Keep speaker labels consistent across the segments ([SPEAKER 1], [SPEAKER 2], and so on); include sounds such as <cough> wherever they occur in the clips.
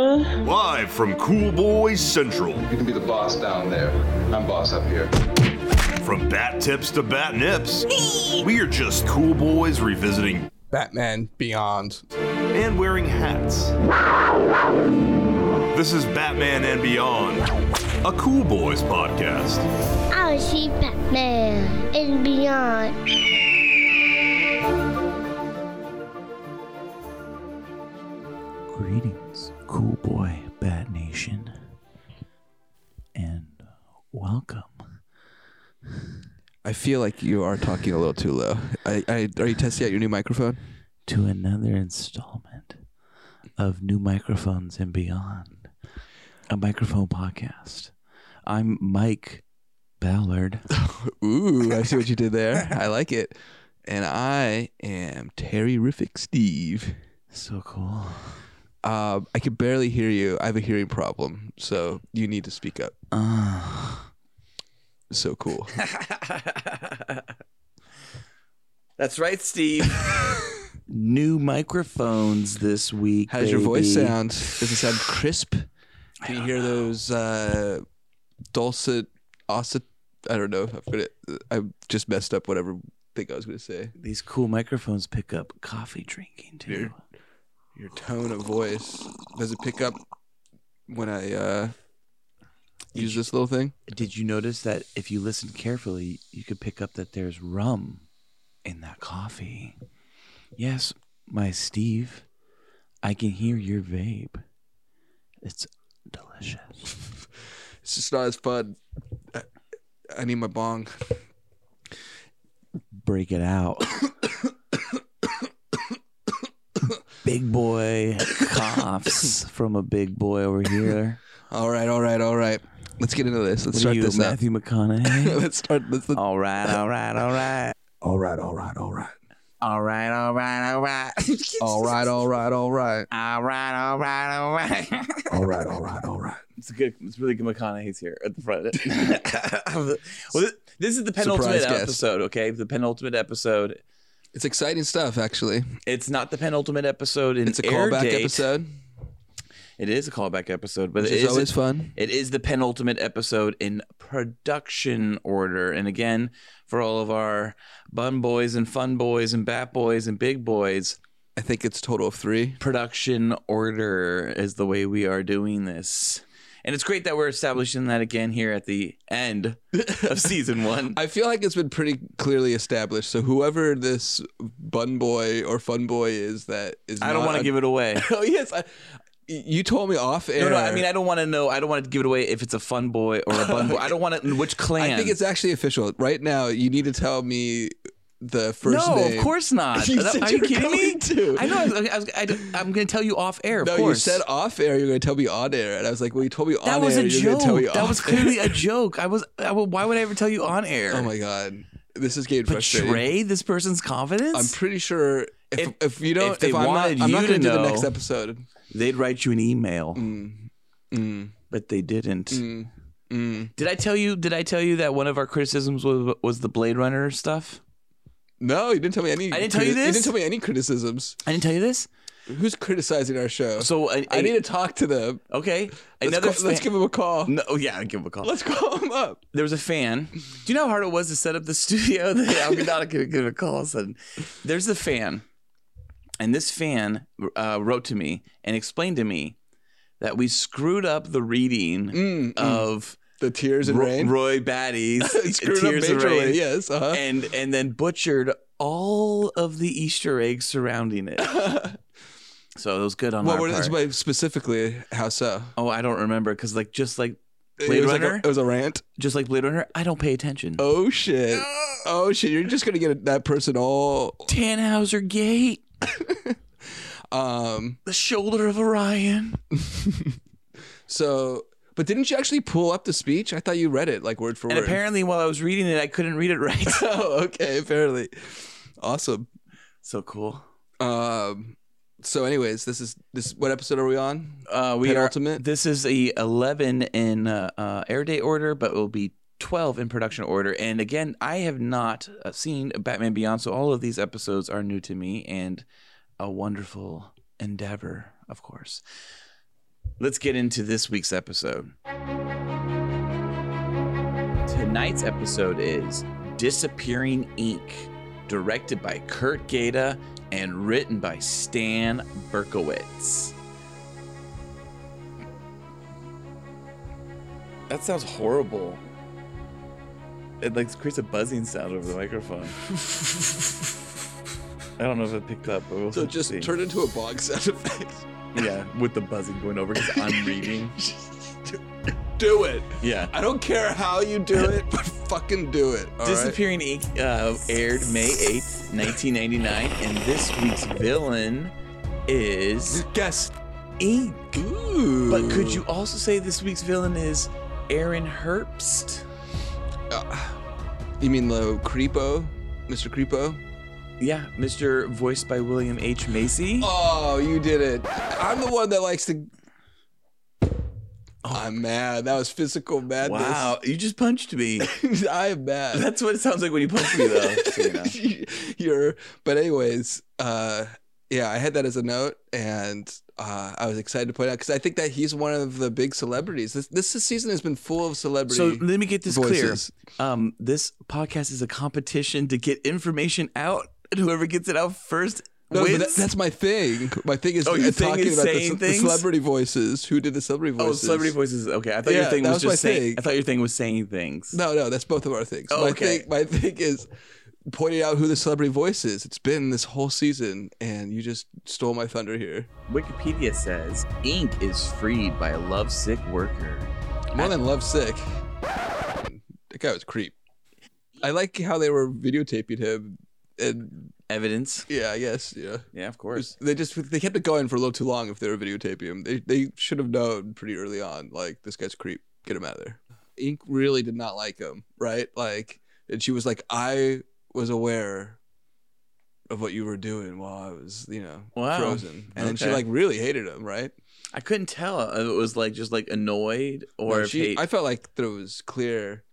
[SPEAKER 1] Live from Cool Boys Central,
[SPEAKER 2] You can be the boss down there. I'm boss up here.
[SPEAKER 1] from bat tips to bat nips, we are just cool boys revisiting
[SPEAKER 3] Batman Beyond.
[SPEAKER 1] and wearing hats. This is Batman and Beyond, a Cool Boys podcast.
[SPEAKER 4] I was see Batman and beyond.
[SPEAKER 5] Greetings, cool boy Bat Nation, and welcome.
[SPEAKER 3] I feel like you are talking a little too low. I, I are you testing out your new microphone?
[SPEAKER 5] to another installment of New Microphones and Beyond, a microphone podcast. I'm Mike Ballard.
[SPEAKER 3] Ooh, I see what you did there. I like it. And I am Terry Riffic Steve.
[SPEAKER 5] So cool.
[SPEAKER 3] Um, I can barely hear you. I have a hearing problem, so you need to speak up.
[SPEAKER 5] Uh,
[SPEAKER 3] So cool.
[SPEAKER 6] That's right, Steve.
[SPEAKER 5] New microphones this week.
[SPEAKER 3] How does your voice
[SPEAKER 5] baby.
[SPEAKER 3] sound? Does it sound crisp? Can you hear those uh, dulcet, osset? I don't know. I've got it. I just messed up whatever thing I was going to say.
[SPEAKER 5] These cool microphones pick up coffee drinking too.
[SPEAKER 3] Dude. your tone of voice does it pick up when i uh use this little thing
[SPEAKER 5] Did you notice that if you listen carefully, you could pick up that there's rum in that coffee? Yes, my Steve, I can hear your vape. It's delicious.
[SPEAKER 3] it's just not as fun I- i need my bong
[SPEAKER 5] Break it out. big boy coughs from a big boy over here.
[SPEAKER 3] all right all right all right let's get into this
[SPEAKER 5] What
[SPEAKER 3] let's
[SPEAKER 5] are
[SPEAKER 3] start
[SPEAKER 5] you,
[SPEAKER 3] this up
[SPEAKER 5] Matthew McConaughey?
[SPEAKER 3] <laughs> let's start let's, let's
[SPEAKER 5] all right, all right, all right.
[SPEAKER 3] all right all right all right
[SPEAKER 5] All right, all right, all right.
[SPEAKER 3] <laughs>
[SPEAKER 5] <laughs>
[SPEAKER 3] all right all right all right
[SPEAKER 5] All right, all right, all right.
[SPEAKER 3] all right all right all right
[SPEAKER 6] <laughs> it's good. It's really good. McConaughey's here at the front.
[SPEAKER 3] <laughs>
[SPEAKER 6] <laughs> well, this, this is the penultimate
[SPEAKER 3] Surprise guest.
[SPEAKER 6] episode. Okay, the penultimate episode.
[SPEAKER 3] it's exciting stuff actually
[SPEAKER 6] It's not the penultimate episode in
[SPEAKER 3] it's a
[SPEAKER 6] air
[SPEAKER 3] callback
[SPEAKER 6] date.
[SPEAKER 3] episode
[SPEAKER 6] It is a callback episode, but
[SPEAKER 3] which
[SPEAKER 6] it
[SPEAKER 3] is
[SPEAKER 6] is
[SPEAKER 3] always fun
[SPEAKER 6] It is the penultimate episode in production order. And again, for all of our bun boys and fun boys and bat boys and big boys,
[SPEAKER 3] i think it's a total of three
[SPEAKER 6] production order is the way we are doing this. And it's great that we're establishing that again here at the end of season one.
[SPEAKER 3] <laughs> I feel like it's been pretty clearly established. So whoever this bun boy or fun boy is that is
[SPEAKER 6] I don't want to give it away.
[SPEAKER 3] <laughs> Oh yes, I, you told me off
[SPEAKER 6] No,
[SPEAKER 3] air.
[SPEAKER 6] no, I mean, I don't want to know. I don't want to give it away if it's a fun boy or a bun boy. I don't want to, which clan.
[SPEAKER 3] <laughs> I think it's actually official right now. You need to tell me the first
[SPEAKER 6] no,
[SPEAKER 3] name.
[SPEAKER 6] of course
[SPEAKER 3] <laughs>
[SPEAKER 6] not.
[SPEAKER 3] You
[SPEAKER 6] That-
[SPEAKER 3] said
[SPEAKER 6] are
[SPEAKER 3] you
[SPEAKER 6] you
[SPEAKER 3] were
[SPEAKER 6] kidding me?
[SPEAKER 3] going to.
[SPEAKER 6] I know. I was, I was, I, am going to tell you off air. Of
[SPEAKER 3] No,
[SPEAKER 6] course.
[SPEAKER 3] you said off air. You're going to tell me on air, and I was like, "Well, you told me on
[SPEAKER 6] that was
[SPEAKER 3] air.
[SPEAKER 6] a
[SPEAKER 3] you're
[SPEAKER 6] joke.
[SPEAKER 3] gonna Tell me
[SPEAKER 6] That
[SPEAKER 3] off
[SPEAKER 6] was
[SPEAKER 3] <laughs> air."
[SPEAKER 6] clearly a joke. I was. I, would- why would I ever tell you on air?
[SPEAKER 3] Oh my god, this is getting frustrating.
[SPEAKER 6] Betray this person's confidence.
[SPEAKER 3] I'm pretty sure if if,
[SPEAKER 6] If-
[SPEAKER 3] you don't,
[SPEAKER 6] if they
[SPEAKER 3] I'm not,
[SPEAKER 6] wanted
[SPEAKER 3] I'm not
[SPEAKER 6] you
[SPEAKER 3] gonna
[SPEAKER 6] to
[SPEAKER 3] do the
[SPEAKER 6] know-
[SPEAKER 3] next episode.
[SPEAKER 6] They'd write you an email,
[SPEAKER 3] Mm,
[SPEAKER 6] but they didn't.
[SPEAKER 3] mm, mm.
[SPEAKER 6] Did I tell you? Did I tell you that one of our criticisms was was the Blade Runner stuff?
[SPEAKER 3] No, you didn't tell me any.
[SPEAKER 6] I didn't tell you
[SPEAKER 3] You didn't
[SPEAKER 6] this?
[SPEAKER 3] tell me any criticisms.
[SPEAKER 6] I didn't tell you this.
[SPEAKER 3] Who's criticizing our show?
[SPEAKER 6] So I,
[SPEAKER 3] I need to talk to them.
[SPEAKER 6] okay.
[SPEAKER 3] Let's,
[SPEAKER 6] Another.
[SPEAKER 3] call- let's
[SPEAKER 6] fan-
[SPEAKER 3] give them a call.
[SPEAKER 6] No, oh, yeah, give him a call.
[SPEAKER 3] Let's call them up.
[SPEAKER 6] there was a <laughs> fan. Do you know how hard it was to set up the <laughs> studio? I'm not going to give a call. all of a Sudden, there's a fan, and this fan uh, wrote to me and explained to me that we screwed up the reading
[SPEAKER 3] Mm, mm.
[SPEAKER 6] of
[SPEAKER 3] the tears and
[SPEAKER 6] Ro-
[SPEAKER 3] rain.
[SPEAKER 6] Roy Batty's <laughs>
[SPEAKER 3] Screwed up
[SPEAKER 6] Tears of
[SPEAKER 3] majorly,
[SPEAKER 6] Rain,
[SPEAKER 3] Yes. Uh-huh.
[SPEAKER 6] <laughs> and and then butchered all of the Easter eggs surrounding
[SPEAKER 3] <laughs>
[SPEAKER 6] it. so it was good on
[SPEAKER 3] what
[SPEAKER 6] our
[SPEAKER 3] were
[SPEAKER 6] part.
[SPEAKER 3] this by specifically? How so?
[SPEAKER 6] oh, I don't remember because like just like
[SPEAKER 3] it
[SPEAKER 6] Blade
[SPEAKER 3] was like a,
[SPEAKER 6] Runner?
[SPEAKER 3] it was a rant.
[SPEAKER 6] just like Blade Runner, I don't pay attention.
[SPEAKER 3] Oh shit. Oh shit. You're just gonna get that person all.
[SPEAKER 6] Tannhauser Gate.
[SPEAKER 3] Um.
[SPEAKER 6] the shoulder of Orion.
[SPEAKER 3] So, but didn't you actually pull up the speech? I thought you read it like word for
[SPEAKER 6] And
[SPEAKER 3] word.
[SPEAKER 6] apparently, while I was reading it, I couldn't read it right.
[SPEAKER 3] <laughs> oh, okay. Apparently. Awesome.
[SPEAKER 6] so cool.
[SPEAKER 3] Um. So, anyways, this is this. What episode are we on?
[SPEAKER 6] Uh, we
[SPEAKER 3] Penultimate?
[SPEAKER 6] are. This is the eleven in uh, uh, air date order, but it will be twelve in production order. And again, I have not uh, seen Batman Beyond, so all of these episodes are new to me and a wonderful endeavor, of course. Let's get into this week's episode. Tonight's episode is Disappearing Ink, directed by Kurt Gaeta and written by Stan Berkowitz. That sounds horrible. It like creates a buzzing sound over the <laughs> microphone. I don't know if it picked up, but we'll
[SPEAKER 3] So just
[SPEAKER 6] see.
[SPEAKER 3] turn into a bog sound effect.
[SPEAKER 6] Yeah, with the buzzing going over because I'm <laughs> reading.
[SPEAKER 3] Do it.
[SPEAKER 6] Yeah.
[SPEAKER 3] I don't care how
[SPEAKER 6] <laughs>
[SPEAKER 3] you do it, but fucking do it. all right?
[SPEAKER 6] Disappearing Ink uh, aired May 8th, 1999, and this week's villain is
[SPEAKER 3] Guess.
[SPEAKER 6] Ink.
[SPEAKER 3] Ooh.
[SPEAKER 6] But could you also say this week's villain is Aaron Herbst?
[SPEAKER 3] You mean the Creepo, Mr. Creepo?
[SPEAKER 6] Yeah, Mr. Voiced by William H. Macy.
[SPEAKER 3] Oh, you did it. I'm the one that likes to.
[SPEAKER 6] Oh,
[SPEAKER 3] I'm mad. That was physical madness.
[SPEAKER 6] wow, you just punched me.
[SPEAKER 3] <laughs>
[SPEAKER 6] <laughs>
[SPEAKER 3] I am mad.
[SPEAKER 6] That's what it sounds like when you punch me,
[SPEAKER 3] <laughs>
[SPEAKER 6] though. so you know.
[SPEAKER 3] You're, but anyways, uh, yeah, I had that as a note, and uh, I was excited to point out because I think that he's one of the big celebrities. This this season has been full of celebrity.
[SPEAKER 6] So let me get this
[SPEAKER 3] voices.
[SPEAKER 6] clear. Um, this podcast is a competition to get information out, and whoever gets it out first
[SPEAKER 3] No, but
[SPEAKER 6] wins.
[SPEAKER 3] that- that's my thing. My thing is
[SPEAKER 6] Oh, your thing
[SPEAKER 3] talking
[SPEAKER 6] is
[SPEAKER 3] about
[SPEAKER 6] saying
[SPEAKER 3] the, ce- the
[SPEAKER 6] things?
[SPEAKER 3] celebrity voices. Who did the celebrity
[SPEAKER 6] oh,
[SPEAKER 3] voices?
[SPEAKER 6] celebrity voices. Okay, I thought
[SPEAKER 3] Yeah,
[SPEAKER 6] your thing
[SPEAKER 3] that
[SPEAKER 6] was,
[SPEAKER 3] was my
[SPEAKER 6] just saying.
[SPEAKER 3] thing.
[SPEAKER 6] I thought your thing was saying things.
[SPEAKER 3] No, no, that's both of our things.
[SPEAKER 6] Oh,
[SPEAKER 3] my
[SPEAKER 6] okay.
[SPEAKER 3] thing, my thing is pointing out who the celebrity voice is. It's been this whole season, and you just stole my thunder here.
[SPEAKER 6] Wikipedia says Ink is freed by a lovesick worker.
[SPEAKER 3] More than love sick. That guy was a creep. I like how they were videotaping him, and
[SPEAKER 6] Evidence.
[SPEAKER 3] yeah, I guess yeah.
[SPEAKER 6] Yeah, of course.
[SPEAKER 3] They just they kept it going for a little too long. If they were videotaping him, they they should have known pretty early on. Like this guy's a creep. Get him out of there. Ink really did not like him, right? Like, and she was like, I was aware of what you were doing while I was, you know,
[SPEAKER 6] Wow.
[SPEAKER 3] frozen, and then she
[SPEAKER 6] Okay.
[SPEAKER 3] like really hated him, right?
[SPEAKER 6] I couldn't tell if it was like just like annoyed or
[SPEAKER 3] No,
[SPEAKER 6] if
[SPEAKER 3] she-
[SPEAKER 6] hate-
[SPEAKER 3] I felt like there was clear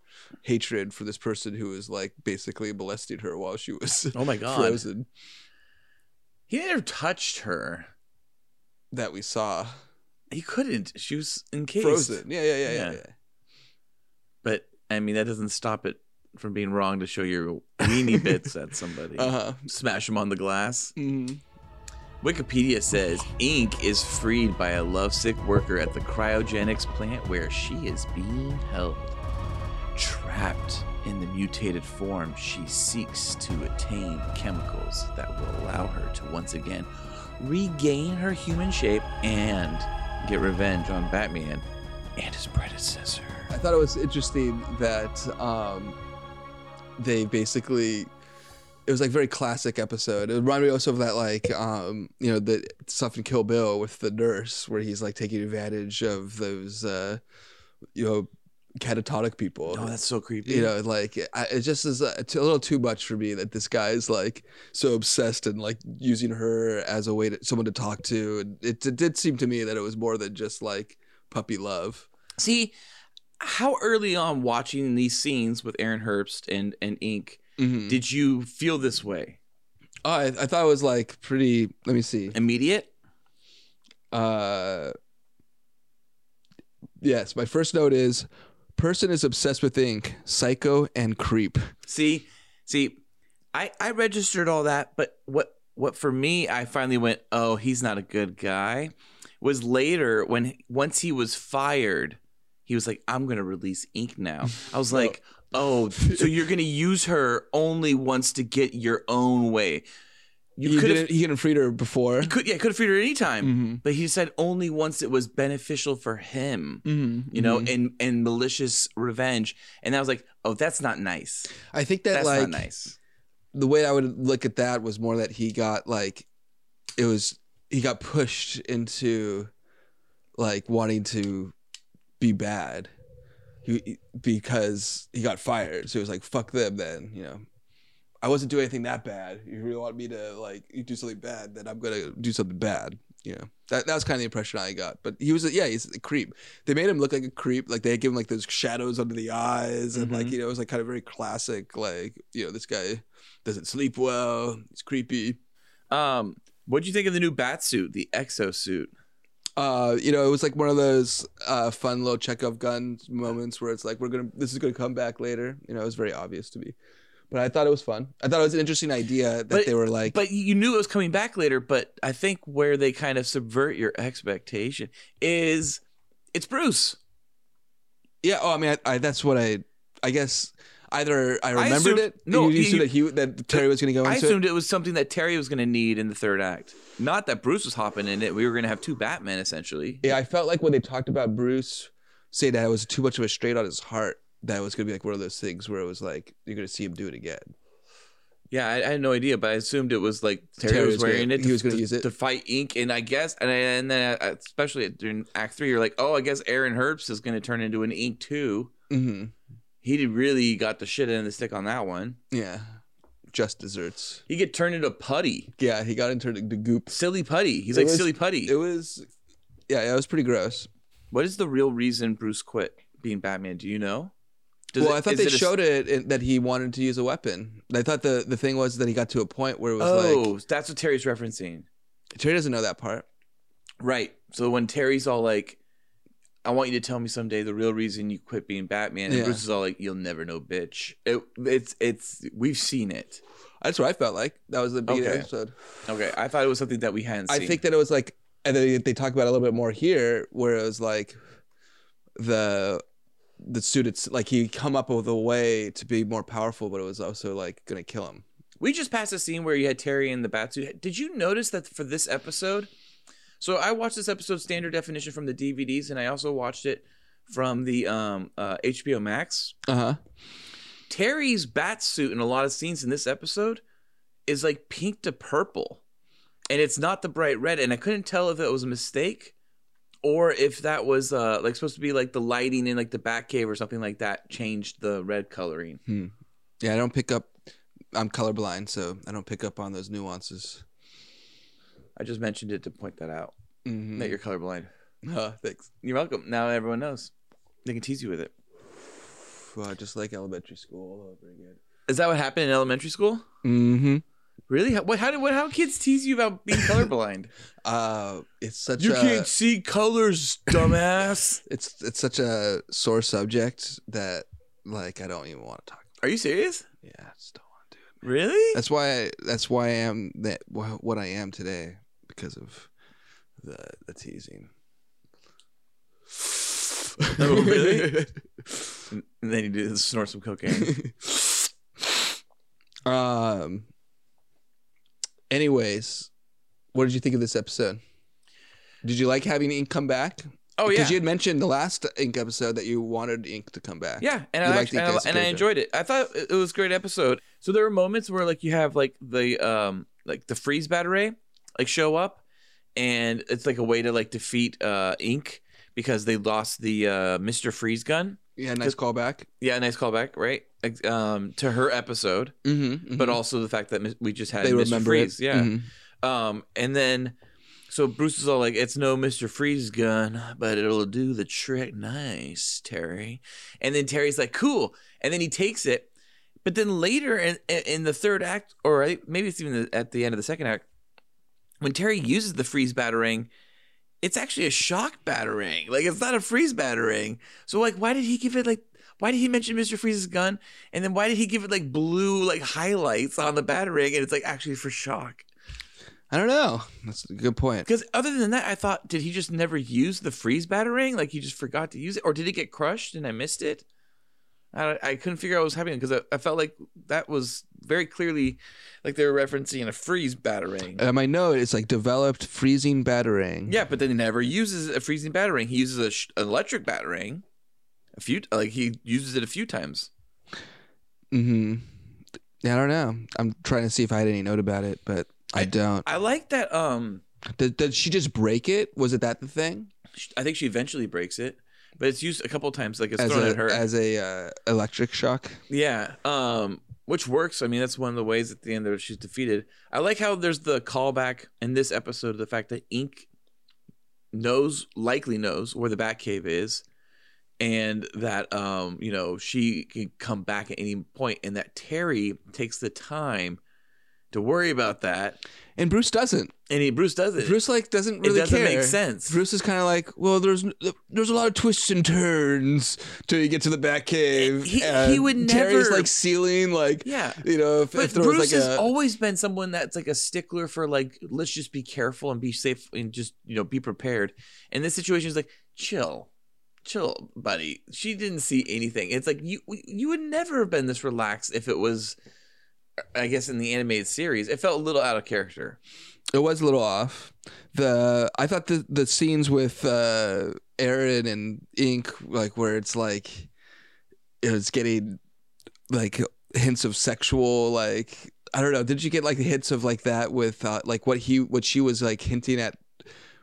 [SPEAKER 3] hatred for this person who was like basically molesting her while she was
[SPEAKER 6] oh my god,
[SPEAKER 3] frozen
[SPEAKER 6] he never touched her.
[SPEAKER 3] that we saw
[SPEAKER 6] He couldn't. She was encased.
[SPEAKER 3] frozen. Yeah, yeah, yeah, yeah.
[SPEAKER 6] Yeah.
[SPEAKER 3] yeah.
[SPEAKER 6] But I mean, that doesn't stop it from being wrong to show your
[SPEAKER 3] <laughs>
[SPEAKER 6] weenie bits at somebody.
[SPEAKER 3] Uh huh.
[SPEAKER 6] Smash them on the glass.
[SPEAKER 3] Mm-hmm.
[SPEAKER 6] Wikipedia says Ink is freed by a lovesick worker at the cryogenics plant where she is being held. Trapped in the mutated form, she seeks to attain chemicals that will allow her to once again regain her human shape and get revenge on Batman and his predecessor.
[SPEAKER 3] I thought it was interesting that um, they basically it was like very classic episode. It reminded me also of that like um, you know the stuff in Kill Bill with the nurse where he's like taking advantage of those uh, you know catatonic people.
[SPEAKER 6] Oh, that's so creepy.
[SPEAKER 3] you know like I, it just is a, it's a little too much for me that this guy is like so obsessed and like using her as a way to someone to talk to and it, it did seem to me that it was more than just like puppy love
[SPEAKER 6] See, how early on watching these scenes with Aaron Herbst and, and Ink
[SPEAKER 3] Mhm.
[SPEAKER 6] did you feel this way?
[SPEAKER 3] oh, I, I thought it was like pretty let me see
[SPEAKER 6] Immediate?
[SPEAKER 3] uh yes my first note is person is obsessed with ink psycho and creep
[SPEAKER 6] See, see, I I registered all that, but what what for me, I finally went, oh, he's not a good guy. Was later when once he was fired, he was like, I'm gonna release Ink now. I was like, oh, so you're gonna use her only once to get your own way. You
[SPEAKER 3] he
[SPEAKER 6] could have,
[SPEAKER 3] didn't he didn't freed her before
[SPEAKER 6] could yeah, could have freed her any time,
[SPEAKER 3] Mhm.
[SPEAKER 6] but he said only once it was beneficial for him.
[SPEAKER 3] Mhm,
[SPEAKER 6] You know,
[SPEAKER 3] mhm.
[SPEAKER 6] and and malicious revenge, and I was like, "Oh, that's not nice.
[SPEAKER 3] mm-hmm. i think that
[SPEAKER 6] That's
[SPEAKER 3] like
[SPEAKER 6] not nice."
[SPEAKER 3] the way I would look at that was more that he got like it was he got pushed into like wanting to be bad he, because he got fired. So he was like, "Fuck them." Then you know, I wasn't doing anything that bad. You really want me to like you do something bad? Then I'm gonna do something bad. You know, that that was kind of the impression I got. But he was a, yeah, he's a creep. They made him look like a creep. Like they had given like those shadows under the eyes, and like you know, it was like kind of very classic. Like you know, this guy doesn't sleep well. He's creepy.
[SPEAKER 6] Um, what would you think of the new bat suit, the exo suit?
[SPEAKER 3] uh, you know, it was like one of those uh, fun little Chekhov gun moments where it's like we're gonna this is gonna come back later. You know, it was very obvious to me, but I thought it was fun. I thought it was an interesting idea that
[SPEAKER 6] But-
[SPEAKER 3] they were like,
[SPEAKER 6] But you knew it was coming back later. But I think where they kind of subvert your expectation is it's Bruce.
[SPEAKER 3] yeah. Oh, I mean, I, I, that's what I, I guess either I remembered
[SPEAKER 6] assumed-
[SPEAKER 3] it.
[SPEAKER 6] no,
[SPEAKER 3] you, you
[SPEAKER 6] you-
[SPEAKER 3] assumed that he that Terry was gonna go
[SPEAKER 6] I
[SPEAKER 3] into it.
[SPEAKER 6] assumed it was something that Terry was going to need in the third act. Not that Bruce was hopping in it. We were going to have two Batmen essentially.
[SPEAKER 3] Yeah, I felt like when they talked about Bruce, say that it was too much of a straight on his heart. That it was gonna be like one of those things where it was like you're gonna see him do it again.
[SPEAKER 6] Yeah, I, I had no idea, but I assumed it was like Terry,
[SPEAKER 3] Terry
[SPEAKER 6] was,
[SPEAKER 3] was
[SPEAKER 6] wearing
[SPEAKER 3] gonna-
[SPEAKER 6] it.
[SPEAKER 3] he was gonna use it.
[SPEAKER 6] to fight Ink, and I guess, and, and then uh, especially during Act Three, you're like, oh, I guess Aaron Herbst is going to turn into an Ink too.
[SPEAKER 3] hmm
[SPEAKER 6] He really got the shit end of the stick on that one.
[SPEAKER 3] Yeah, just desserts.
[SPEAKER 6] He get turned into putty,
[SPEAKER 3] Yeah, he got into the goop.
[SPEAKER 6] silly putty. He's
[SPEAKER 3] It
[SPEAKER 6] like
[SPEAKER 3] was-
[SPEAKER 6] silly putty.
[SPEAKER 3] It was, yeah, it was pretty gross.
[SPEAKER 6] what is the real reason Bruce quit being Batman? Do you know? Does
[SPEAKER 3] well,
[SPEAKER 6] it-
[SPEAKER 3] I thought
[SPEAKER 6] is
[SPEAKER 3] they
[SPEAKER 6] it a-
[SPEAKER 3] showed it in, that he wanted to use a weapon. I thought the the thing was that he got to a point where it was
[SPEAKER 6] Oh,
[SPEAKER 3] like
[SPEAKER 6] that's what Terry's referencing.
[SPEAKER 3] Terry doesn't know that part.
[SPEAKER 6] Right. So when Terry's all like, I want you to tell me someday the real reason you quit being Batman, and
[SPEAKER 3] Yeah.
[SPEAKER 6] Bruce is all like, You'll never know, bitch. It, it's it's we've seen it.
[SPEAKER 3] That's what I felt like. That was the beginning of
[SPEAKER 6] Okay.
[SPEAKER 3] the episode.
[SPEAKER 6] Okay. I thought it was something that we hadn't seen.
[SPEAKER 3] I think that it was like, and then they talk about it a little bit more here, where it was like the the suit. It's like he come up with a way to be more powerful, but it was also like gonna kill him.
[SPEAKER 6] we just passed a scene where you had Terry in the Batsuit. Did you notice that for this episode? So I watched this episode standard definition from the DVDs, and I also watched it from the um, uh, HBO Max.
[SPEAKER 3] Uh huh.
[SPEAKER 6] Terry's bat suit in a lot of scenes in this episode is like pink to purple. And it's not the bright red. And I couldn't tell if it was a mistake or if that was uh like supposed to be like the lighting in like the Batcave or something like that changed the red coloring.
[SPEAKER 3] Yeah, I don't pick up. I'm colorblind, so I don't pick up on those nuances.
[SPEAKER 6] I just mentioned it to point that out.
[SPEAKER 3] Mm-hmm.
[SPEAKER 6] That you're <laughs> colorblind. Oh,
[SPEAKER 3] thanks.
[SPEAKER 6] You're welcome. Now everyone knows. They can tease you with it.
[SPEAKER 3] Well, just like elementary school all over again.
[SPEAKER 6] Is that what happened in elementary school?
[SPEAKER 3] Mm-hmm.
[SPEAKER 6] Really? How, what, how did what, how kids tease you about being colorblind? <laughs>
[SPEAKER 3] Uh, it's such
[SPEAKER 6] you
[SPEAKER 3] a
[SPEAKER 6] can't see colors, dumbass.
[SPEAKER 3] it's it's such a sore subject that like I don't even want to talk.
[SPEAKER 6] <laughs> Are you serious?
[SPEAKER 3] Yeah, I just don't want to do it.
[SPEAKER 6] Really?
[SPEAKER 3] That's why I, that's why I am that wh- what I am today because of the the teasing.
[SPEAKER 6] Oh, really? And then you do snort some cocaine.
[SPEAKER 3] <laughs>
[SPEAKER 6] <laughs>
[SPEAKER 3] um. Anyways, what did you think of this episode? Did you like having Ink come back?
[SPEAKER 6] Oh yeah,
[SPEAKER 3] Because you had mentioned the last Ink episode that you wanted Ink to come back.
[SPEAKER 6] yeah, and
[SPEAKER 3] You
[SPEAKER 6] I
[SPEAKER 3] liked
[SPEAKER 6] actually,
[SPEAKER 3] Ink
[SPEAKER 6] and, I,
[SPEAKER 3] as a
[SPEAKER 6] and I
[SPEAKER 3] character.
[SPEAKER 6] enjoyed it. I thought it it was a great episode. So there were moments where like you have like the um like the freeze battery like show up, and it's like a way to like defeat uh Ink because they lost the uh Mister Freeze gun.
[SPEAKER 3] Yeah, nice callback.
[SPEAKER 6] Yeah, nice callback, right? Like, Um, to her episode,
[SPEAKER 3] Mm-hmm,
[SPEAKER 6] but also the fact that mis- we just had Mister Freeze. Yeah. Um, and then so Bruce is all like, "It's no Mister Freeze gun, but it'll do the trick." Nice, Terry. And then Terry's like, "Cool." And then he takes it, but then later in in the third act, or I- maybe it's even at the end of the second act, when Terry uses the freeze battering. It's actually a shock battering. Like it's not a freeze battering. So like why did he give it like why did he mention Mr. Freeze's gun? And then why did he give it like blue like highlights on the battering and it's like actually for shock?
[SPEAKER 3] I don't know. That's a good point.
[SPEAKER 6] Because other than that, I thought, did he just never use the freeze battering? Like he just forgot to use it, or did it get crushed and I missed it? I, I couldn't figure out what was happening because I, I felt like that was very clearly like they were referencing a freeze battering.
[SPEAKER 3] And my note is like developed freezing battering.
[SPEAKER 6] yeah, but then he never uses a freezing battering. He uses a sh- an electric battering. A few like he uses it a few times.
[SPEAKER 3] Mm-hmm. Yeah, I don't know. I'm trying to see if I had any note about it, but I, don't.
[SPEAKER 6] I like that. Um,
[SPEAKER 3] did, did she just break it? Was it that the thing?
[SPEAKER 6] sh- I think she eventually breaks it, but it's used a couple times. Like it's
[SPEAKER 3] As
[SPEAKER 6] thrown
[SPEAKER 3] a
[SPEAKER 6] at her
[SPEAKER 3] as a uh, electric shock.
[SPEAKER 6] Yeah. Um, which works. I mean, that's one of the ways at the end that she's defeated. I like how there's the callback in this episode of the fact that Ink knows, likely knows, where the Batcave is, and that um, you know, she can come back at any point, and that Terry takes the time to worry about that.
[SPEAKER 3] And Bruce doesn't.
[SPEAKER 6] and he Bruce does it.
[SPEAKER 3] Bruce like doesn't really
[SPEAKER 6] doesn't
[SPEAKER 3] care.
[SPEAKER 6] make sense.
[SPEAKER 3] Bruce is kind of like, well, there's there's a lot of twists and turns till you get to the back cave.
[SPEAKER 6] He- he
[SPEAKER 3] and
[SPEAKER 6] would
[SPEAKER 3] Terry's
[SPEAKER 6] never-
[SPEAKER 3] like ceiling, like
[SPEAKER 6] Yeah.
[SPEAKER 3] you know, if,
[SPEAKER 6] But
[SPEAKER 3] if there
[SPEAKER 6] Bruce
[SPEAKER 3] was like
[SPEAKER 6] has
[SPEAKER 3] a
[SPEAKER 6] always been someone that's like a stickler for like let's just be careful and be safe and just you know be prepared. And this situation is like chill, chill, buddy. She didn't see anything. It's like you you would never have been this relaxed if it was, I guess, in the animated series. It felt a little out of character.
[SPEAKER 3] it was a little off. The I thought the the scenes with uh Aaron and Ink, like where it's like it was getting like hints of sexual like I don't know. Did you get like hints of like that with uh, like what he what she was like hinting at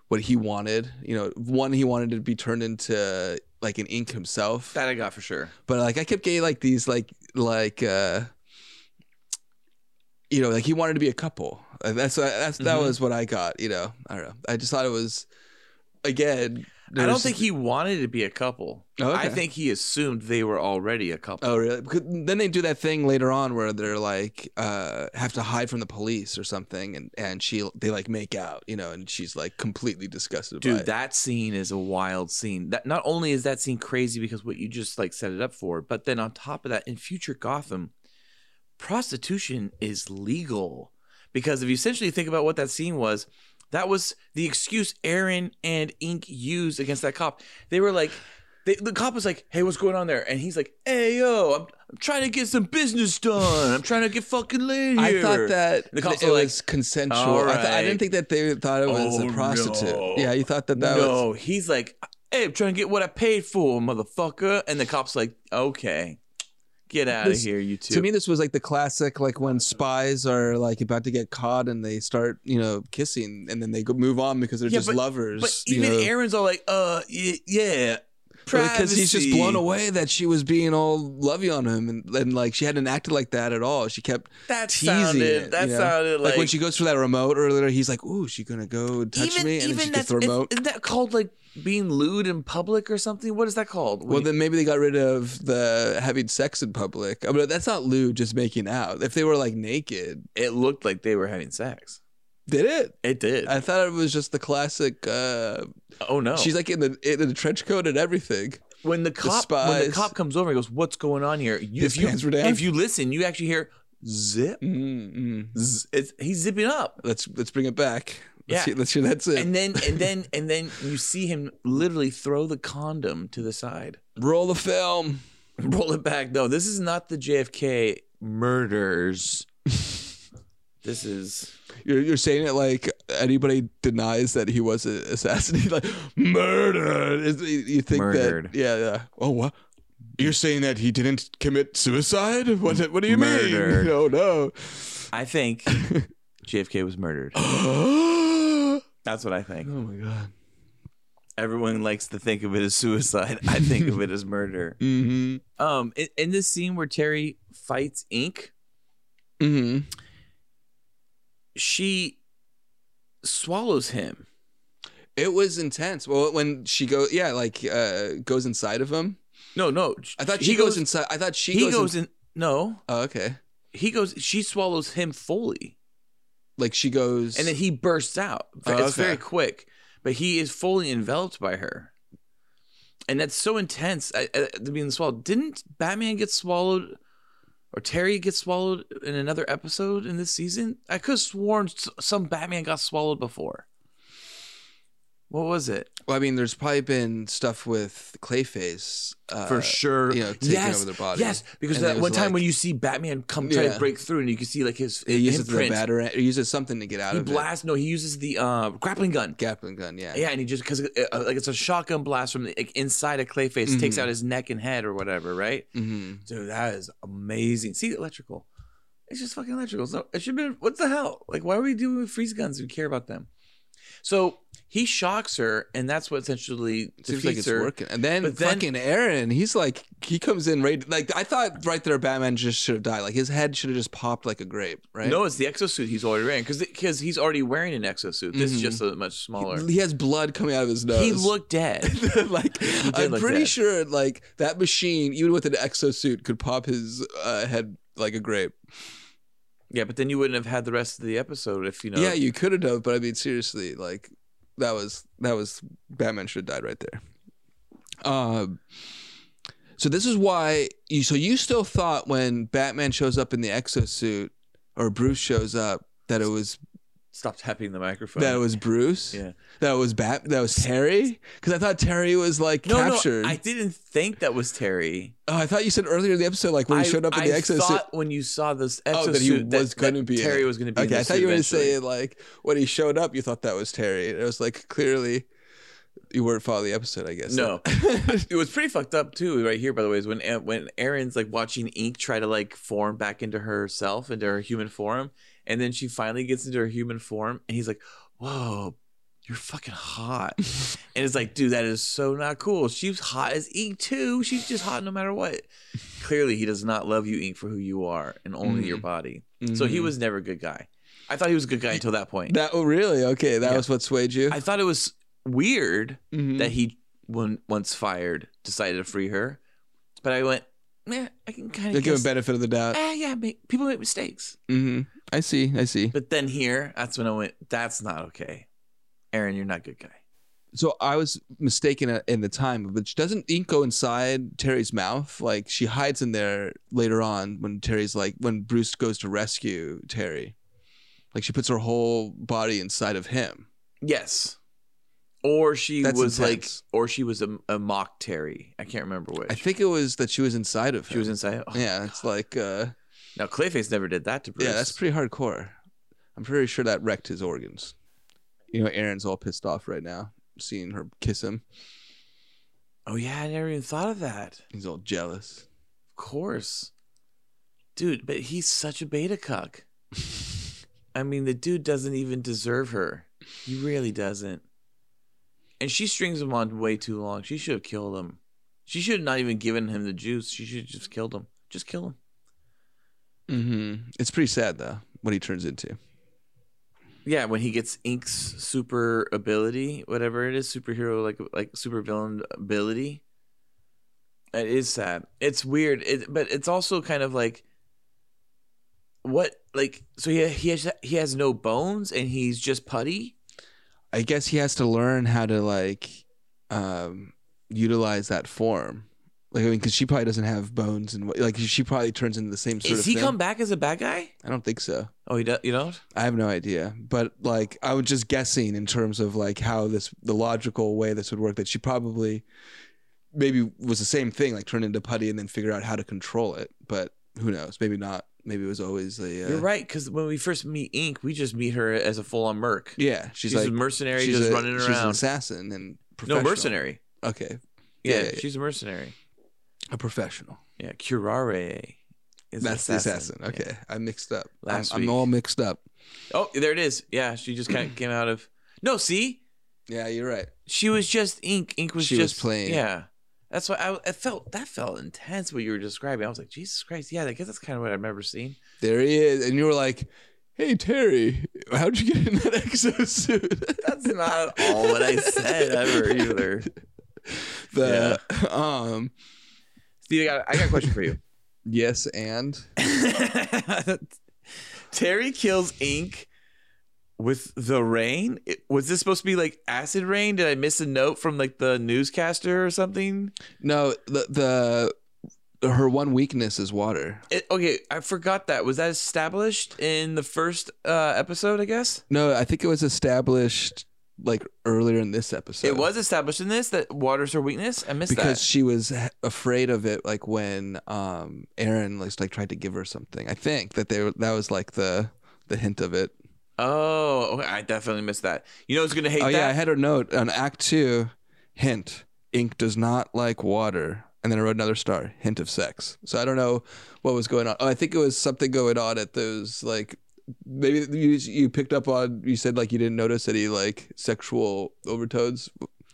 [SPEAKER 3] what he wanted? You know, one he wanted to be turned into like an ink himself
[SPEAKER 6] That I got for sure.
[SPEAKER 3] but like I kept getting like these like like uh you know like he wanted to be a couple. Uh, That's that's that
[SPEAKER 6] Mhm.
[SPEAKER 3] was what I got. You know I don't know. I just thought it was again.
[SPEAKER 6] I don't
[SPEAKER 3] there's-
[SPEAKER 6] think he wanted to be a couple.
[SPEAKER 3] Oh, okay.
[SPEAKER 6] I think he assumed they were already a couple.
[SPEAKER 3] Oh really? Because then they do that thing later on where they're like uh have to hide from the police or something, and and she they like make out. You know, and she's like completely disgusted. by
[SPEAKER 6] Dude,
[SPEAKER 3] it.
[SPEAKER 6] that scene is a wild scene. That not only is that scene crazy because what you just like set it up for, but then on top of that, in future Gotham, prostitution is legal. Because if you essentially think about what that scene was, that was the excuse Aaron and Ink used against that cop. They were like, they, the cop was like, "Hey, what's going on there?" And he's like, "Hey, yo, I'm, I'm trying to get some business done. I'm trying to get fucking laid
[SPEAKER 3] I
[SPEAKER 6] here."
[SPEAKER 3] thought that
[SPEAKER 6] The cops
[SPEAKER 3] it
[SPEAKER 6] were like,
[SPEAKER 3] was consensual.
[SPEAKER 6] "All
[SPEAKER 3] I, th- I didn't
[SPEAKER 6] right."
[SPEAKER 3] think that they thought it was
[SPEAKER 6] Oh,
[SPEAKER 3] a prostitute.
[SPEAKER 6] no.
[SPEAKER 3] Yeah, you thought that that was
[SPEAKER 6] no, he's like, hey, I'm trying to get what I paid for, motherfucker. And the cop's like, okay, get out of
[SPEAKER 3] This-
[SPEAKER 6] here, you two.
[SPEAKER 3] To me, this was like the classic, like when spies are like about to get caught and they start, you know, kissing, and then they go, move on because they're
[SPEAKER 6] Yeah,
[SPEAKER 3] just
[SPEAKER 6] but-
[SPEAKER 3] lovers.
[SPEAKER 6] but
[SPEAKER 3] you
[SPEAKER 6] even
[SPEAKER 3] know.
[SPEAKER 6] Aaron's all like, uh, y- yeah,
[SPEAKER 3] But because he's just
[SPEAKER 6] privacy.
[SPEAKER 3] blown away that she was being all lovey on him, and, and like she hadn't acted like that at all. She kept
[SPEAKER 6] That
[SPEAKER 3] teasing
[SPEAKER 6] sounded,
[SPEAKER 3] it,
[SPEAKER 6] that
[SPEAKER 3] you know?
[SPEAKER 6] sounded
[SPEAKER 3] like,
[SPEAKER 6] like,
[SPEAKER 3] when she goes for that remote earlier. He's like, "Ooh, she gonna go touch me," and then she gets
[SPEAKER 6] that's-
[SPEAKER 3] the remote.
[SPEAKER 6] Isn't that called like being lewd in public or something? What is that called? When
[SPEAKER 3] well,
[SPEAKER 6] you-
[SPEAKER 3] then maybe they got rid of the having sex in public. I mean, that's not lewd, just making out. If they were like naked,
[SPEAKER 6] it looked like they were having sex.
[SPEAKER 3] did it?
[SPEAKER 6] It did.
[SPEAKER 3] I thought it was just the classic. uh
[SPEAKER 6] oh no,
[SPEAKER 3] She's like in the in a trench coat and everything.
[SPEAKER 6] when the cop when the
[SPEAKER 3] spies-
[SPEAKER 6] cop comes over and goes, "What's going on here?" You,
[SPEAKER 3] His
[SPEAKER 6] if you
[SPEAKER 3] pants were down?
[SPEAKER 6] if you listen, you actually hear zip.
[SPEAKER 3] Mm-mm.
[SPEAKER 6] Z- It's, he's zipping up.
[SPEAKER 3] Let's let's bring it back. Let's,
[SPEAKER 6] Yeah.
[SPEAKER 3] hear, let's hear that zip.
[SPEAKER 6] And then and then and then you see him literally throw the condom to the side. <laughs>
[SPEAKER 3] Roll the film.
[SPEAKER 6] Roll it back. No, this is not the JFK
[SPEAKER 3] <laughs>
[SPEAKER 6] murders. this is
[SPEAKER 3] You're, you're saying it like anybody denies that he was a- assassinated, <laughs> like murdered. Is- You you think
[SPEAKER 6] Murdered.
[SPEAKER 3] that? Yeah, yeah. Oh, what? You're saying that he didn't commit suicide? What? What do you
[SPEAKER 6] Murdered.
[SPEAKER 3] <laughs> mean? No, no.
[SPEAKER 6] I think JFK was murdered.
[SPEAKER 3] <gasps> oh
[SPEAKER 6] That's what I think.
[SPEAKER 3] my god.
[SPEAKER 6] Everyone likes to think of it as suicide. I think of it as
[SPEAKER 3] <laughs>
[SPEAKER 6] murder.
[SPEAKER 3] Mm-hmm.
[SPEAKER 6] Um in, in this scene where Terry fights Ink,
[SPEAKER 3] Mm-hmm.
[SPEAKER 6] she swallows him.
[SPEAKER 3] It was intense. Well, when she go, yeah, like uh goes inside of him.
[SPEAKER 6] No, no.
[SPEAKER 3] I thought she
[SPEAKER 6] he
[SPEAKER 3] goes, inside. I thought she
[SPEAKER 6] he
[SPEAKER 3] goes. in-
[SPEAKER 6] goes in no.
[SPEAKER 3] oh, okay.
[SPEAKER 6] he goes she swallows him fully
[SPEAKER 3] Like she goes,
[SPEAKER 6] and then he bursts out it's
[SPEAKER 3] Oh, okay.
[SPEAKER 6] very quick but he is fully enveloped by her and that's so intense I, I, being swallowed didn't batman get swallowed or terry get swallowed in another episode in this season i could have sworn s- some batman got swallowed before what was it
[SPEAKER 3] Well, I mean, there's probably been stuff with Clayface. Uh,
[SPEAKER 6] sure
[SPEAKER 3] you know, taking
[SPEAKER 6] yes,
[SPEAKER 3] over their body.
[SPEAKER 6] yes because
[SPEAKER 3] And it
[SPEAKER 6] that
[SPEAKER 3] was
[SPEAKER 6] one time
[SPEAKER 3] like-
[SPEAKER 6] when you see batman come try to
[SPEAKER 3] Yeah.
[SPEAKER 6] break through and you can see like his,
[SPEAKER 3] He
[SPEAKER 6] his
[SPEAKER 3] uses the
[SPEAKER 6] imprint
[SPEAKER 3] batter. He uses something to get out
[SPEAKER 6] he
[SPEAKER 3] of
[SPEAKER 6] blasts no he uses the uh, grappling gun
[SPEAKER 3] it. Gatling gun. Yeah.
[SPEAKER 6] yeah and he just because uh, like it's a shotgun blast from the, like inside of clayface
[SPEAKER 3] Mm-hmm.
[SPEAKER 6] takes out his neck and head or whatever right
[SPEAKER 3] hmm
[SPEAKER 6] dude that is amazing see electrical it's just fucking electrical so it should be what the hell like why are we doing with freeze guns we care about them so he shocks her and that's what essentially
[SPEAKER 3] Seems
[SPEAKER 6] defeats
[SPEAKER 3] like it's
[SPEAKER 6] her
[SPEAKER 3] working. And then,
[SPEAKER 6] But then-
[SPEAKER 3] fucking Aaron, he's like, he comes in right. Like I thought, right there, Batman just should have died. Like his head should have just popped like a grape. Right.
[SPEAKER 6] no it's the exosuit he's already wearing because because he's already wearing an exosuit this is
[SPEAKER 3] Mhm.
[SPEAKER 6] just a much smaller
[SPEAKER 3] He has blood coming out of his nose.
[SPEAKER 6] he looked dead
[SPEAKER 3] <laughs> like
[SPEAKER 6] did
[SPEAKER 3] I'm
[SPEAKER 6] look
[SPEAKER 3] pretty
[SPEAKER 6] dead.
[SPEAKER 3] sure, like that machine, even with an exosuit, could pop his uh, head like a grape.
[SPEAKER 6] Yeah, but then you wouldn't have had the rest of the episode if you know.
[SPEAKER 3] Yeah, you could have done, but I mean, seriously, like that was that was Batman should have died right there. Um, so this is why you. So you still thought when Batman shows up in the exosuit or Bruce shows up that it was
[SPEAKER 6] Stop tapping the microphone.
[SPEAKER 3] that it was Bruce.
[SPEAKER 6] Yeah.
[SPEAKER 3] That it was Bat. That was Terry. Because I thought Terry was like
[SPEAKER 6] no,
[SPEAKER 3] captured.
[SPEAKER 6] no, I didn't think that was Terry.
[SPEAKER 3] oh, I thought you said earlier in the episode, like when
[SPEAKER 6] I
[SPEAKER 3] he showed up in
[SPEAKER 6] I
[SPEAKER 3] the exosuit.
[SPEAKER 6] thought when you saw this exosuit
[SPEAKER 3] Oh, that he was going to
[SPEAKER 6] that
[SPEAKER 3] be in
[SPEAKER 6] Terry
[SPEAKER 3] it.
[SPEAKER 6] was going to be. in
[SPEAKER 3] Okay,
[SPEAKER 6] the
[SPEAKER 3] I thought
[SPEAKER 6] suit
[SPEAKER 3] you were going to
[SPEAKER 6] eventually.
[SPEAKER 3] say like when he showed up, you thought that was Terry. It was like clearly you weren't following the episode, I guess. <laughs>
[SPEAKER 6] No. it was pretty fucked up too. Right here, by the way, is when when Erin's like watching Ink try to like form back into herself, into her human form, and then she finally gets into her human form, and he's like, "Whoa, you're fucking hot," and it's like, "Dude, that is so not cool. She's hot as Ink too. She's just hot no matter what." Clearly, he does not love you, Ink, for who you are and only your body. So he
[SPEAKER 3] Mhm.
[SPEAKER 6] was never a good guy. I thought he was a good guy until that
[SPEAKER 3] <laughs>
[SPEAKER 6] point.
[SPEAKER 3] That oh really okay. That
[SPEAKER 6] Yeah.
[SPEAKER 3] was what swayed you.
[SPEAKER 6] I thought it was weird
[SPEAKER 3] Mhm.
[SPEAKER 6] that he when once fired decided to free her. But I went, yeah, I can kind
[SPEAKER 3] They're
[SPEAKER 6] of
[SPEAKER 3] giving
[SPEAKER 6] guess.
[SPEAKER 3] benefit of the doubt.
[SPEAKER 6] Ah, yeah, make, people make mistakes.
[SPEAKER 3] hmm I see. I see.
[SPEAKER 6] But then here, that's when I went, that's not okay. Aaron, you're not a good guy.
[SPEAKER 3] So I was mistaken at, in the time, but she doesn't ink go inside Terry's mouth? Like she hides in there later on when Terry's like when Bruce goes to rescue Terry. Like she puts her whole body inside of him.
[SPEAKER 6] Yes. Or she
[SPEAKER 3] That's
[SPEAKER 6] was
[SPEAKER 3] intense.
[SPEAKER 6] like, or she was a, a mock Terry. I can't remember which.
[SPEAKER 3] I think it was that she was inside of him.
[SPEAKER 6] she was inside. Oh.
[SPEAKER 3] Yeah, it's like uh
[SPEAKER 6] Now Clayface never did that to Bruce.
[SPEAKER 3] Yeah, that's pretty hardcore. I'm pretty sure that wrecked his organs. You know, Aaron's all pissed off right now, seeing her kiss him.
[SPEAKER 6] oh yeah, I never even thought of that.
[SPEAKER 3] He's all jealous.
[SPEAKER 6] Of course. Dude, but he's such a beta cuck. I mean, the dude doesn't even deserve her. He really doesn't. And she strings him on way too long. She should have killed him. She should have not even given him the juice. She should have just killed him. Just kill him.
[SPEAKER 3] Mm-hmm. It's pretty sad though what he turns into.
[SPEAKER 6] Yeah, when he gets Ink's super ability, whatever it is, superhero like like super villain ability. It is sad. It's weird. It, but it's also kind of like what like so he he has he has no bones and he's just putty.
[SPEAKER 3] I guess he has to learn how to like um, utilize that form. Like I mean, because she probably doesn't have bones and what- like she probably turns into the same sort
[SPEAKER 6] Is
[SPEAKER 3] of
[SPEAKER 6] he
[SPEAKER 3] thing.
[SPEAKER 6] come back as a bad guy?
[SPEAKER 3] I don't think so.
[SPEAKER 6] Oh, he does. You don't.
[SPEAKER 3] I have no idea, but like I was just guessing in terms of like how this the logical way this would work. That she probably maybe was the same thing, like turn into putty and then figure out how to control it. But who knows? Maybe not. Maybe it was always the. Uh,
[SPEAKER 6] You're right. Because when we first meet Ink, we just meet her as a full on merc.
[SPEAKER 3] Yeah, she's,
[SPEAKER 6] she's,
[SPEAKER 3] like
[SPEAKER 6] a mercenary
[SPEAKER 3] she's
[SPEAKER 6] just
[SPEAKER 3] a-
[SPEAKER 6] running
[SPEAKER 3] She's an
[SPEAKER 6] around.
[SPEAKER 3] assassin and
[SPEAKER 6] No
[SPEAKER 3] professional.
[SPEAKER 6] mercenary.
[SPEAKER 3] Okay,
[SPEAKER 6] Yeah,
[SPEAKER 3] Yeah, yeah, yeah.
[SPEAKER 6] she's a mercenary.
[SPEAKER 3] a professional.
[SPEAKER 6] Yeah, curare. Is
[SPEAKER 3] That's
[SPEAKER 6] assassin.
[SPEAKER 3] the assassin. Okay, I mixed up.
[SPEAKER 6] Last
[SPEAKER 3] I'm,
[SPEAKER 6] week.
[SPEAKER 3] I'm all mixed up.
[SPEAKER 6] Oh, there it is. Yeah, she just
[SPEAKER 3] <clears throat>
[SPEAKER 6] kind of came out of. No, see,
[SPEAKER 3] Yeah, you're right.
[SPEAKER 6] she was just ink. Ink was
[SPEAKER 3] She was
[SPEAKER 6] just
[SPEAKER 3] playing.
[SPEAKER 6] Yeah, that's why I, I felt that felt intense what you were describing. I was like, Jesus Christ, yeah, I guess that's kind of what I remember seeing.
[SPEAKER 3] There he is, and you were like. Hey Terry, how'd you get in that <laughs> exosuit?
[SPEAKER 6] That's not at all what
[SPEAKER 3] <laughs>
[SPEAKER 6] I said ever either.
[SPEAKER 3] the um
[SPEAKER 6] Steve, I got, I got a question for
[SPEAKER 3] <laughs>
[SPEAKER 6] you.
[SPEAKER 3] yes and
[SPEAKER 6] Terry kills Ink with the rain. It- was this supposed to be like acid rain? Did I miss a note from like the newscaster or something?
[SPEAKER 3] no the the her one weakness is water
[SPEAKER 6] It, okay, I forgot that. Was that established in the first uh, episode? I guess
[SPEAKER 3] no i think it was established like earlier in this episode
[SPEAKER 6] it was established in this that water's her weakness. I missed
[SPEAKER 3] because
[SPEAKER 6] that.
[SPEAKER 3] she was h- afraid of it like when um aaron like, like tried to give her something i think that they were, that was like the the hint of it
[SPEAKER 6] Oh, okay, I definitely missed that. You know, who's gonna hate
[SPEAKER 3] oh
[SPEAKER 6] that.
[SPEAKER 3] yeah i had her note on act two hint ink does not like water and then i wrote another star hint of sex so i don't know what was going on oh i think it was something going on at those like maybe you you picked up on you said like you didn't notice any like sexual overtones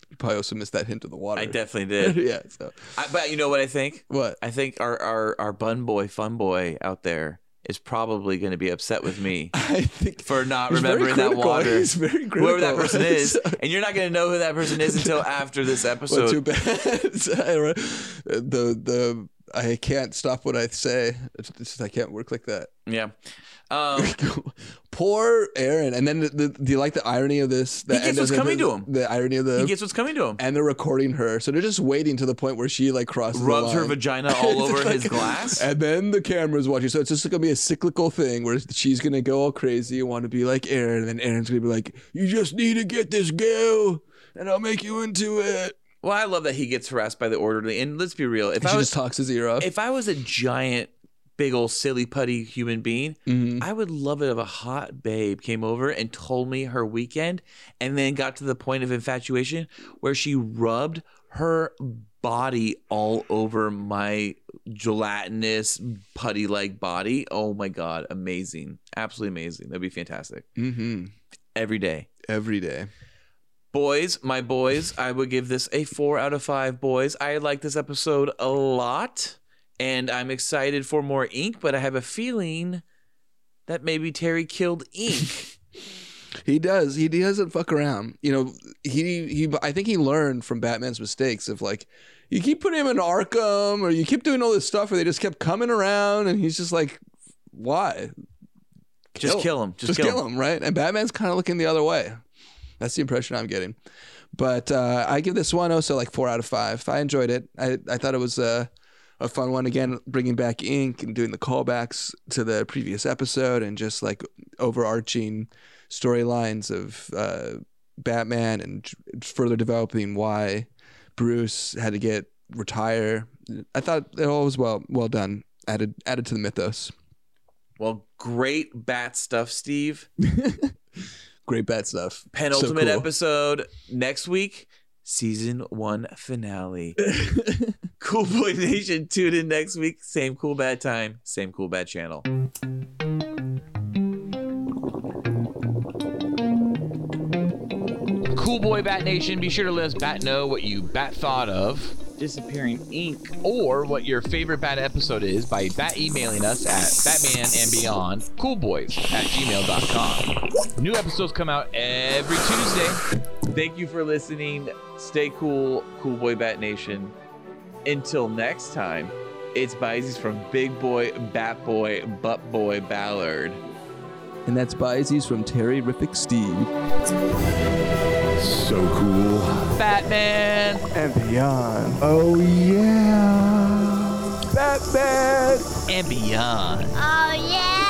[SPEAKER 3] you probably also missed that hint of the water
[SPEAKER 6] I definitely <laughs> did.
[SPEAKER 3] <laughs> yeah so
[SPEAKER 6] I, but you know what I think?
[SPEAKER 3] what
[SPEAKER 6] I think our our our bun boy, fun boy out there is probably gonna be upset with me <laughs>
[SPEAKER 3] i think
[SPEAKER 6] for not
[SPEAKER 3] He's very
[SPEAKER 6] remembering that
[SPEAKER 3] critical.
[SPEAKER 6] water.
[SPEAKER 3] He's very
[SPEAKER 6] Whoever that
[SPEAKER 3] critical.
[SPEAKER 6] person <laughs>
[SPEAKER 3] <laughs>
[SPEAKER 6] is, and you're not gonna know who <laughs>
[SPEAKER 3] <laughs>
[SPEAKER 6] that person is until after this episode.
[SPEAKER 3] well, too bad. the the I can't stop what I say. It's just, I can't work like that. <laughs>
[SPEAKER 6] Yeah. Um,
[SPEAKER 3] Poor Aaron. And then the, the, do you like the irony of this? The
[SPEAKER 6] gets
[SPEAKER 3] end
[SPEAKER 6] what's
[SPEAKER 3] of
[SPEAKER 6] coming
[SPEAKER 3] the,
[SPEAKER 6] to him.
[SPEAKER 3] The irony of
[SPEAKER 6] <laughs>
[SPEAKER 3] the
[SPEAKER 6] he gets what's coming to him.
[SPEAKER 3] and they're recording her, so they're just waiting to the point where she like crosses the
[SPEAKER 5] Rubs her
[SPEAKER 3] line. <laughs>
[SPEAKER 5] vagina all over his glass.
[SPEAKER 3] And then the camera's watching. So it's just gonna be a cyclical thing where she's gonna go all crazy and want to be like Aaron, and then Aaron's gonna be like, You just need to get this go and I'll make you into it.
[SPEAKER 6] Well, I love that he gets harassed by the orderly. And let's be real, if
[SPEAKER 3] And
[SPEAKER 6] I
[SPEAKER 3] she
[SPEAKER 6] was
[SPEAKER 3] just talks his ear off.
[SPEAKER 6] if I was a giant, big old silly putty human being,
[SPEAKER 3] Mhm.
[SPEAKER 6] I would love it if a hot babe came over and told me her weekend, and then got to the point of infatuation where she rubbed her body all over my gelatinous putty like body. Oh my god, amazing! Absolutely amazing. That'd be fantastic
[SPEAKER 3] Mhm.
[SPEAKER 6] every day.
[SPEAKER 3] Every day.
[SPEAKER 6] Boys, my boys, I would give this a four out of five. Boys, I like this episode a lot, and I'm excited for more ink, but I have a feeling that maybe Terry killed <laughs> ink.
[SPEAKER 3] He does. He, he doesn't fuck around. You know, he he. I think he learned from Batman's mistakes of like, you keep putting him in Arkham, or you keep doing all this stuff, or they just kept coming around, and he's just like, why?
[SPEAKER 6] just kill him. Just, kill, him.
[SPEAKER 3] right? And Batman's kind of looking the other way. That's the impression I'm getting. But uh, I give this one also like four out of five. I enjoyed it. I, I thought it was a, a fun one. Again, bringing back ink and doing the callbacks to the previous episode and just like overarching storylines of uh, Batman and j- further developing why Bruce had to get retire. I thought it all was well well done. Added added to the mythos.
[SPEAKER 6] Well, great bat stuff, Steve.
[SPEAKER 3] Great bat stuff.
[SPEAKER 6] Penultimate
[SPEAKER 3] episode.
[SPEAKER 6] episode next week, season one
[SPEAKER 7] <laughs>
[SPEAKER 6] finale. cool Boy Nation, tune in next week. Same cool bad time, same cool bad channel.
[SPEAKER 7] Cool Boy Bat Nation, be sure to let us bat know what you bat thought of disappearing ink or what your favorite bat episode is by bat emailing us at batman and beyond coolboys at gmail.com new episodes come out every tuesday
[SPEAKER 6] Thank you for listening. Stay cool, Cool Boy Bat Nation. Until next time, it's Bizees from Big Boy, Bat Boy, Butt Boy Ballard.
[SPEAKER 3] And that's Biases from Terry Riffick Steve.
[SPEAKER 1] So cool.
[SPEAKER 7] batman
[SPEAKER 4] Oh yeah!